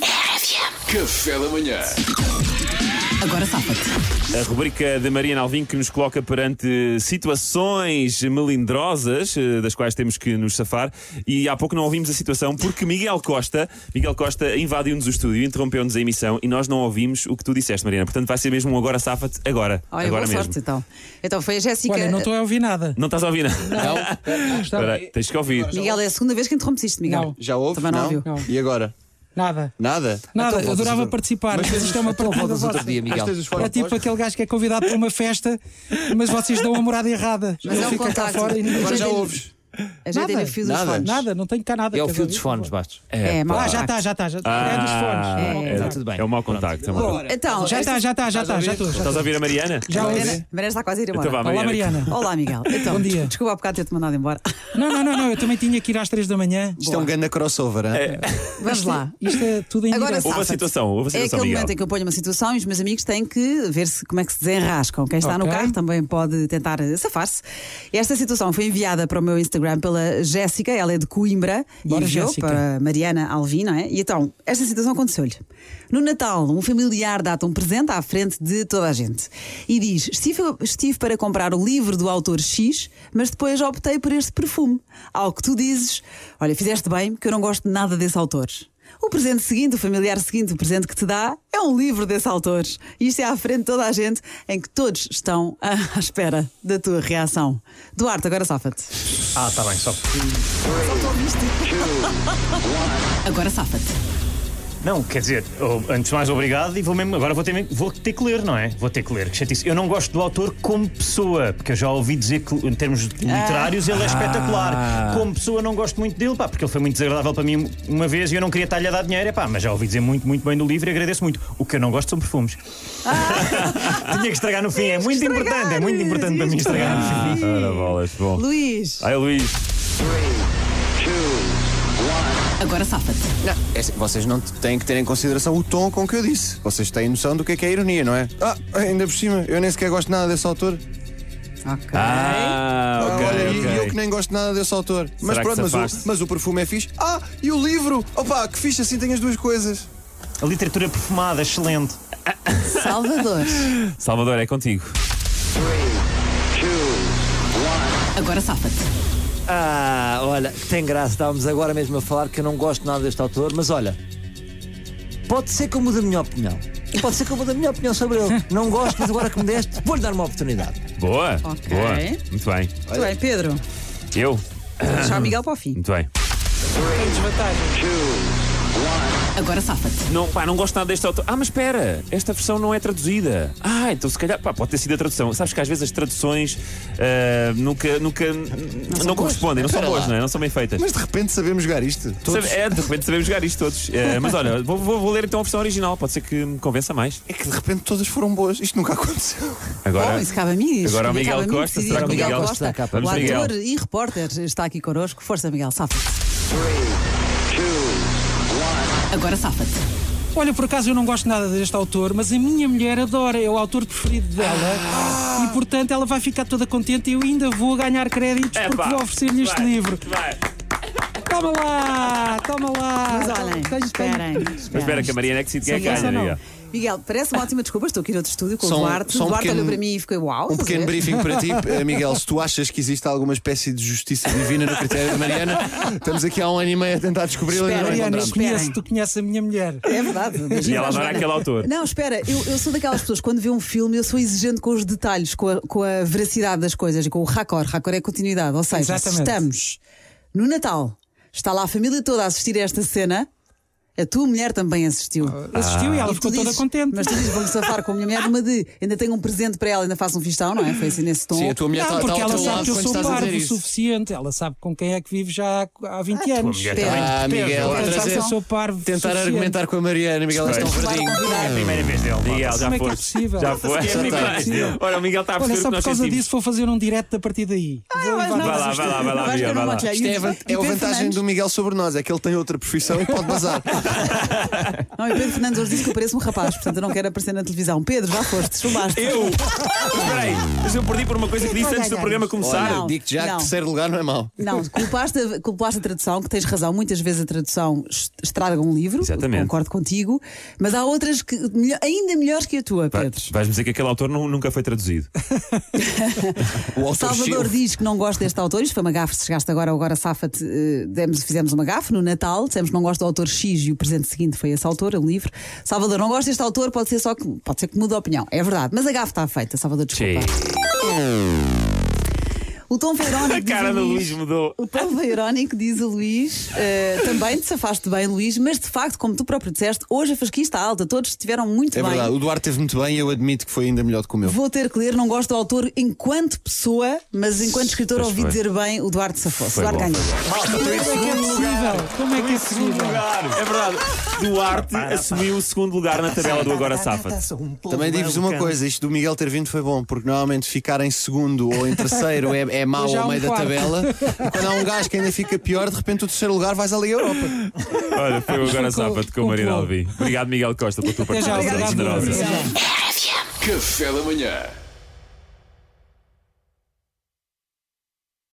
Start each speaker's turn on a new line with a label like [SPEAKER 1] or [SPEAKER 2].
[SPEAKER 1] FM.
[SPEAKER 2] Café da manhã.
[SPEAKER 3] Agora safa-te.
[SPEAKER 4] A rubrica da Mariana Alvim que nos coloca perante situações melindrosas, eh, das quais temos que nos safar, e há pouco não ouvimos a situação porque Miguel Costa, Miguel Costa invadiu-nos o estúdio, interrompeu-nos a emissão e nós não ouvimos o que tu disseste, Mariana. Portanto, vai ser mesmo um agora safa-te agora.
[SPEAKER 3] Olha,
[SPEAKER 4] agora
[SPEAKER 3] boa
[SPEAKER 4] mesmo.
[SPEAKER 3] sorte então. Então foi a Jéssica.
[SPEAKER 5] Olha, não estou a ouvir nada.
[SPEAKER 4] Não estás a ouvir? Não.
[SPEAKER 5] Está-
[SPEAKER 4] tens que ouvir.
[SPEAKER 3] Miguel, é a segunda vez que interrompes isto, Miguel.
[SPEAKER 5] Não.
[SPEAKER 6] Já houve?
[SPEAKER 3] Também não ouviu.
[SPEAKER 6] E agora?
[SPEAKER 5] Nada.
[SPEAKER 6] Nada?
[SPEAKER 5] Nada,
[SPEAKER 6] Então
[SPEAKER 5] eu adorava
[SPEAKER 6] voltas-
[SPEAKER 5] participar.
[SPEAKER 6] Mas
[SPEAKER 5] Mas isto é uma
[SPEAKER 6] então
[SPEAKER 5] parada
[SPEAKER 6] voltas outro
[SPEAKER 5] vossa.
[SPEAKER 6] dia, Miguel.
[SPEAKER 2] Às vezes fora
[SPEAKER 5] É tipo aquele gajo que é convidado para uma festa, mas vocês dão a morada errada.
[SPEAKER 3] Mas é um
[SPEAKER 5] Ele fica cá
[SPEAKER 3] contacto.
[SPEAKER 5] fora e ninguém
[SPEAKER 6] Agora já
[SPEAKER 3] Nada.
[SPEAKER 6] ouves.
[SPEAKER 3] A gente ainda
[SPEAKER 5] Nada.
[SPEAKER 3] fio dos
[SPEAKER 6] Nada.
[SPEAKER 3] fones.
[SPEAKER 5] Nada, não tenho cá nada.
[SPEAKER 6] É o
[SPEAKER 5] quer
[SPEAKER 6] fio
[SPEAKER 5] dizer.
[SPEAKER 6] dos fones, Bastos.
[SPEAKER 3] É, mau
[SPEAKER 5] Ah, já
[SPEAKER 3] contacto.
[SPEAKER 5] está, já está. Já está.
[SPEAKER 4] Ah,
[SPEAKER 5] é dos
[SPEAKER 4] é,
[SPEAKER 5] fones.
[SPEAKER 3] É.
[SPEAKER 4] tá-
[SPEAKER 3] Ah,
[SPEAKER 6] tudo bem.
[SPEAKER 4] É um mau contacto. é um mau contacto.
[SPEAKER 3] Então,
[SPEAKER 5] Já tá. está,
[SPEAKER 3] esta-
[SPEAKER 5] já está, já está. Já estou. já
[SPEAKER 4] Estás a
[SPEAKER 5] estou.
[SPEAKER 4] ouvir a Mariana?
[SPEAKER 5] Já ouvi.
[SPEAKER 3] Mariana, Mariana está quase a ir embora.
[SPEAKER 4] Então vá,
[SPEAKER 5] Olá,
[SPEAKER 4] Mariana.
[SPEAKER 5] Mariana.
[SPEAKER 3] Olá, Miguel. Então,
[SPEAKER 5] Bom dia.
[SPEAKER 3] Desculpa há bocado ter-te mandado embora.
[SPEAKER 5] Não, não, não, não. Eu também tinha que ir às três da manhã.
[SPEAKER 6] Isto é um grande crossover, hein?
[SPEAKER 3] Vamos lá.
[SPEAKER 5] Isto é tudo em
[SPEAKER 3] Agora
[SPEAKER 5] direto.
[SPEAKER 4] Houve a
[SPEAKER 3] safa-te.
[SPEAKER 4] situação, houve a
[SPEAKER 3] É
[SPEAKER 4] situação,
[SPEAKER 3] aquele
[SPEAKER 4] Miguel.
[SPEAKER 3] momento em que eu ponho uma situação e os meus amigos têm que ver se como é que se desenrascam. Quem está no
[SPEAKER 5] Ok.
[SPEAKER 3] carro também pode tentar eh, safar-se. Esta situação foi enviada para o meu Instagram pela Jéssica, ela é de Coimbra
[SPEAKER 5] Bora,
[SPEAKER 3] e enviou
[SPEAKER 5] Jéssica.
[SPEAKER 3] para Mariana Alvim, não é? E então, esta situação aconteceu-lhe. No Natal, um familiar dá-te um presente à frente de toda a gente e diz: estive, estive para comprar o livro do autor X, mas depois optei por este perfume. Ao que tu dizes: Olha, fizeste bem, porque eu não gosto de nada desse autor. O presente seguinte, o familiar seguinte, o presente que te dá é um livro desse autor. Isto é à frente de toda a gente, em que todos estão à espera da tua reação. Duarte, agora safa-te.
[SPEAKER 7] Ah, tá bem, só.
[SPEAKER 3] Agora safa-te.
[SPEAKER 7] Não, quer dizer, oh, antes de mais, obrigado e vou mesmo. Agora vou ter, mesmo- vou ter que ler, não é? Vou ter que ler. Que chatice. Eu não gosto do autor como pessoa, porque eu já ouvi dizer que, em termos de literários, ele é espetacular. Como pessoa, não gosto muito dele, pá, porque ele foi muito desagradável para mim uma vez e eu não queria estar-lhe a dar dinheiro, é pá, mas já ouvi dizer muito, muito bem do livro e agradeço muito. O que eu não gosto são perfumes. Tinha que estragar no fim, é muito importante, é muito importante para mim estragar no fim.
[SPEAKER 4] Ah, ora bolas, bom.
[SPEAKER 3] Luís,
[SPEAKER 4] Ai, Luís.
[SPEAKER 3] agora safa-te.
[SPEAKER 6] Não, é assim, vocês não têm que ter em consideração o tom com que eu disse. Vocês têm noção do que é que é ironia, não é? Ah, ainda por cima, eu nem sequer gosto nada desse autor.
[SPEAKER 3] Ok.
[SPEAKER 4] Ah, ok,
[SPEAKER 6] ah, olha, e-
[SPEAKER 4] ok.
[SPEAKER 6] e eu que nem gosto nada desse autor. Mas
[SPEAKER 4] que
[SPEAKER 6] pronto, mas
[SPEAKER 4] safaste?
[SPEAKER 6] o, mas o perfume é fixe. Ah, e o livro? Opa, que fixe, assim tem as duas coisas.
[SPEAKER 7] A literatura perfumada, excelente.
[SPEAKER 3] Salvador,
[SPEAKER 4] Salvador, é contigo.
[SPEAKER 3] agora safa-te.
[SPEAKER 8] Ah, olha, tem graça, estávamos agora mesmo a falar que eu não gosto nada deste autor, mas olha, pode ser que eu mude a minha opinião. Pode ser que eu mude a minha opinião sobre ele. Não gosto, mas agora que me deste, vou-lhe dar uma oportunidade.
[SPEAKER 4] Boa,
[SPEAKER 3] Ok.
[SPEAKER 4] boa. Muito bem.
[SPEAKER 3] Muito bem, Pedro.
[SPEAKER 4] Eu?
[SPEAKER 3] Deixar o Miguel para o fim.
[SPEAKER 4] Muito bem.
[SPEAKER 3] Agora safa-te.
[SPEAKER 4] Não, pá, não gosto nada deste autor. Ah, mas espera, esta versão não é traduzida. Ah, então se calhar, pá, pode ter sido a tradução. Sabes que às vezes as traduções ah, nunca, nunca, não, correspondem, não são boas, não é? Não são bem feitas.
[SPEAKER 6] Mas de repente sabemos jogar isto. Todos.
[SPEAKER 4] Sabe- é, de repente sabemos jogar isto todos. Ah, mas olha, vou, vou- vou ler então a versão original, pode ser que me convença mais.
[SPEAKER 6] É que de repente todas foram boas. Isto nunca aconteceu.
[SPEAKER 4] Agora,
[SPEAKER 5] Oh,
[SPEAKER 3] Bom, isso cabe a mim.
[SPEAKER 4] agora
[SPEAKER 3] Isso
[SPEAKER 4] o Miguel
[SPEAKER 3] cabe a mim
[SPEAKER 4] Costa,
[SPEAKER 3] decidir.
[SPEAKER 4] será que o Miguel
[SPEAKER 8] Costa dá capa?
[SPEAKER 3] o
[SPEAKER 4] Vamos, Miguel.
[SPEAKER 3] ator e repórter, está aqui connosco. Força, Miguel, safa-te. Agora safa-te.
[SPEAKER 5] Olha, por acaso eu não gosto nada deste autor, mas a minha mulher adora, é o autor preferido dela
[SPEAKER 4] Ah!
[SPEAKER 5] e portanto ela vai ficar toda contente e eu ainda vou ganhar créditos é porque
[SPEAKER 4] Epá,
[SPEAKER 5] vou oferecer-lhe este
[SPEAKER 4] vai,
[SPEAKER 5] livro.
[SPEAKER 4] vai.
[SPEAKER 5] Toma lá, toma lá.
[SPEAKER 3] Mas olhem,
[SPEAKER 5] Tens- tens-
[SPEAKER 3] esperem.
[SPEAKER 4] Mas espera que a Mariana é que decide quem é que
[SPEAKER 3] Sim,
[SPEAKER 4] ganha,
[SPEAKER 5] essa não.
[SPEAKER 4] Miguel.
[SPEAKER 3] Miguel, parece uma ótima desculpa. Estou aqui no outro estúdio com
[SPEAKER 6] Só
[SPEAKER 3] o
[SPEAKER 6] um-
[SPEAKER 3] Duarte.
[SPEAKER 6] só
[SPEAKER 3] o
[SPEAKER 6] um
[SPEAKER 3] Duarte
[SPEAKER 6] pequeno-
[SPEAKER 3] olhou para mim e ficou uau.
[SPEAKER 6] Um pequeno
[SPEAKER 3] estás
[SPEAKER 6] briefing para ti, eh, Miguel. Se tu achas que existe alguma espécie de justiça divina no critério da Mariana, estamos aqui há um ano e meio a tentar descobri-la e não
[SPEAKER 3] Espera,
[SPEAKER 5] Mariana,
[SPEAKER 6] encontramos.
[SPEAKER 5] eu
[SPEAKER 3] Esperem.
[SPEAKER 5] conheço, tu conheces a minha mulher.
[SPEAKER 3] a ver? É verdade. Mas
[SPEAKER 4] E ela
[SPEAKER 3] Joana-
[SPEAKER 4] adora aquele autor.
[SPEAKER 3] Não, espera, eu, eu sou daquelas pessoas quando vê um filme, eu sou exigente com os detalhes, com a, com a veracidade das coisas e com o raccord. Raccord é continuidade. Ou seja, se
[SPEAKER 5] Exatamente.
[SPEAKER 3] estamos no Natal, está lá a família toda a assistir a esta cena, a tua mulher também assistiu.
[SPEAKER 5] Assistiu e ela
[SPEAKER 3] E tu
[SPEAKER 5] ficou toda
[SPEAKER 3] dizes-
[SPEAKER 5] contente.
[SPEAKER 3] Mas tu dizes, vou-me safar com a minha mulher numa de ainha tenho um presente para ela, ainda faço um fistão, não é? Foi assim nesse tom.
[SPEAKER 6] Sim, a tua mulher
[SPEAKER 5] não,
[SPEAKER 6] está
[SPEAKER 5] porque
[SPEAKER 6] está ao
[SPEAKER 5] ela
[SPEAKER 6] teu
[SPEAKER 5] sabe
[SPEAKER 6] lado
[SPEAKER 5] que eu
[SPEAKER 6] quando
[SPEAKER 5] sou
[SPEAKER 6] estás a
[SPEAKER 5] parvo
[SPEAKER 6] dizer
[SPEAKER 5] o
[SPEAKER 6] isso.
[SPEAKER 5] suficiente, ela sabe com quem é que vive já há há 20 anos.
[SPEAKER 7] mulher
[SPEAKER 3] Espera.
[SPEAKER 7] também.
[SPEAKER 6] Ah, Miguel,
[SPEAKER 5] Ela sabe que
[SPEAKER 6] trazer-
[SPEAKER 5] eu sou parvo o
[SPEAKER 6] tentar
[SPEAKER 5] suficiente.
[SPEAKER 6] argumentar com a Mariana, Miguel, elas estão verdinho. Hum.
[SPEAKER 7] É a primeira vez dele.
[SPEAKER 4] Miguel, já
[SPEAKER 5] Como é que é
[SPEAKER 4] foste.
[SPEAKER 5] possível? é
[SPEAKER 4] Já foi.
[SPEAKER 6] Já está.
[SPEAKER 4] Ora, o Miguel está a
[SPEAKER 5] Olha,
[SPEAKER 4] perceber o que
[SPEAKER 5] só por
[SPEAKER 4] nós
[SPEAKER 5] causa
[SPEAKER 4] sentimos.
[SPEAKER 5] disso vou fazer um direto a partir daí. Vou
[SPEAKER 3] mas
[SPEAKER 5] levar
[SPEAKER 3] não-
[SPEAKER 4] Vai lá,
[SPEAKER 5] vocês
[SPEAKER 4] vai lá, vai lá,
[SPEAKER 3] Vais
[SPEAKER 4] Miguel,
[SPEAKER 3] ver
[SPEAKER 4] vai
[SPEAKER 3] uma
[SPEAKER 4] lá.
[SPEAKER 3] colher.
[SPEAKER 6] Isto é a, van-
[SPEAKER 3] E
[SPEAKER 6] é a
[SPEAKER 3] Pedro
[SPEAKER 6] vantagem
[SPEAKER 3] Fernandes?
[SPEAKER 6] do Miguel sobre nós, é que ele tem outra profissão e pode bazar.
[SPEAKER 3] Não, e Pedro Fernandes hoje disse que eu pareço um rapaz, portanto eu não quero aparecer na televisão. Pedro, já foste, chumbaste.
[SPEAKER 4] Eu! Espera aí, mas eu perdi por uma coisa que
[SPEAKER 1] Quem é que
[SPEAKER 4] disse
[SPEAKER 1] nós
[SPEAKER 4] antes do
[SPEAKER 1] ganhamos?
[SPEAKER 4] programa começar.
[SPEAKER 3] Não,
[SPEAKER 6] Digo-te já
[SPEAKER 3] não.
[SPEAKER 6] que terceiro lugar não é mau.
[SPEAKER 3] Não, culpaste a, culpaste a tradução, que tens razão, muitas vezes a tradução es- estraga um livro,
[SPEAKER 4] Exatamente.
[SPEAKER 3] concordo contigo, mas há outras que melho- ainda melhores que a tua,
[SPEAKER 4] Vai-
[SPEAKER 3] Pedro.
[SPEAKER 4] Vais-me dizer que aquele autor nu- nunca foi traduzido.
[SPEAKER 6] O
[SPEAKER 3] O Salvador diz que não gosta deste autor, isto foi uma gafe, se chegaste agora, agora safa-te, eh, demos- fizemos uma gafe no Natal, dissemos que não gosta do autor X e o presente seguinte foi esse autor, o livro. Salvador, não gosta deste autor, pode ser só que, pode ser que mude a opinião, é verdade, mas a gafe está feita, Salvador, desculpa. O tom foi irónico.
[SPEAKER 4] A
[SPEAKER 3] diz
[SPEAKER 4] cara
[SPEAKER 3] o
[SPEAKER 4] do Luís mudou.
[SPEAKER 3] O tom foi irónico, diz o Luís. Eh, também te safaste bem, Luís, mas de facto, como tu próprio disseste, hoje a fasquia está alta, todos estiveram muito
[SPEAKER 6] É
[SPEAKER 3] bem.
[SPEAKER 6] verdade, o Duarte teve muito bem e eu admito que foi ainda melhor do que o meu.
[SPEAKER 3] Vou ter que ler, não gosto do autor enquanto pessoa, mas enquanto escritor
[SPEAKER 4] Pois
[SPEAKER 3] ouvi
[SPEAKER 4] foi.
[SPEAKER 3] dizer bem o Duarte Safoso.
[SPEAKER 4] Foi
[SPEAKER 3] Duarte
[SPEAKER 4] bom,
[SPEAKER 3] ganhou.
[SPEAKER 5] Como é que é possível? Como é que é possível?
[SPEAKER 4] É verdade. Duarte assumiu o segundo lugar na tabela do Agora Safa.
[SPEAKER 6] Também
[SPEAKER 5] um
[SPEAKER 6] digo-vos uma coisa: isto do Miguel ter vindo foi bom, porque normalmente ficar em segundo ou em terceiro é, é mau
[SPEAKER 5] Mas há
[SPEAKER 6] ao
[SPEAKER 5] um
[SPEAKER 6] meio da
[SPEAKER 5] quarto.
[SPEAKER 6] tabela. E quando há um gajo que ainda fica pior, de repente o terceiro lugar vais à Liga Europa.
[SPEAKER 4] Olha, foi o Agora
[SPEAKER 5] Ficou-
[SPEAKER 4] Safa com o Marina
[SPEAKER 5] concluo.
[SPEAKER 4] Alvi. Obrigado, Miguel Costa, pela tua
[SPEAKER 5] Até já,
[SPEAKER 4] participação
[SPEAKER 5] obrigado.
[SPEAKER 4] generosa.
[SPEAKER 5] Até já.
[SPEAKER 2] Café da Manhã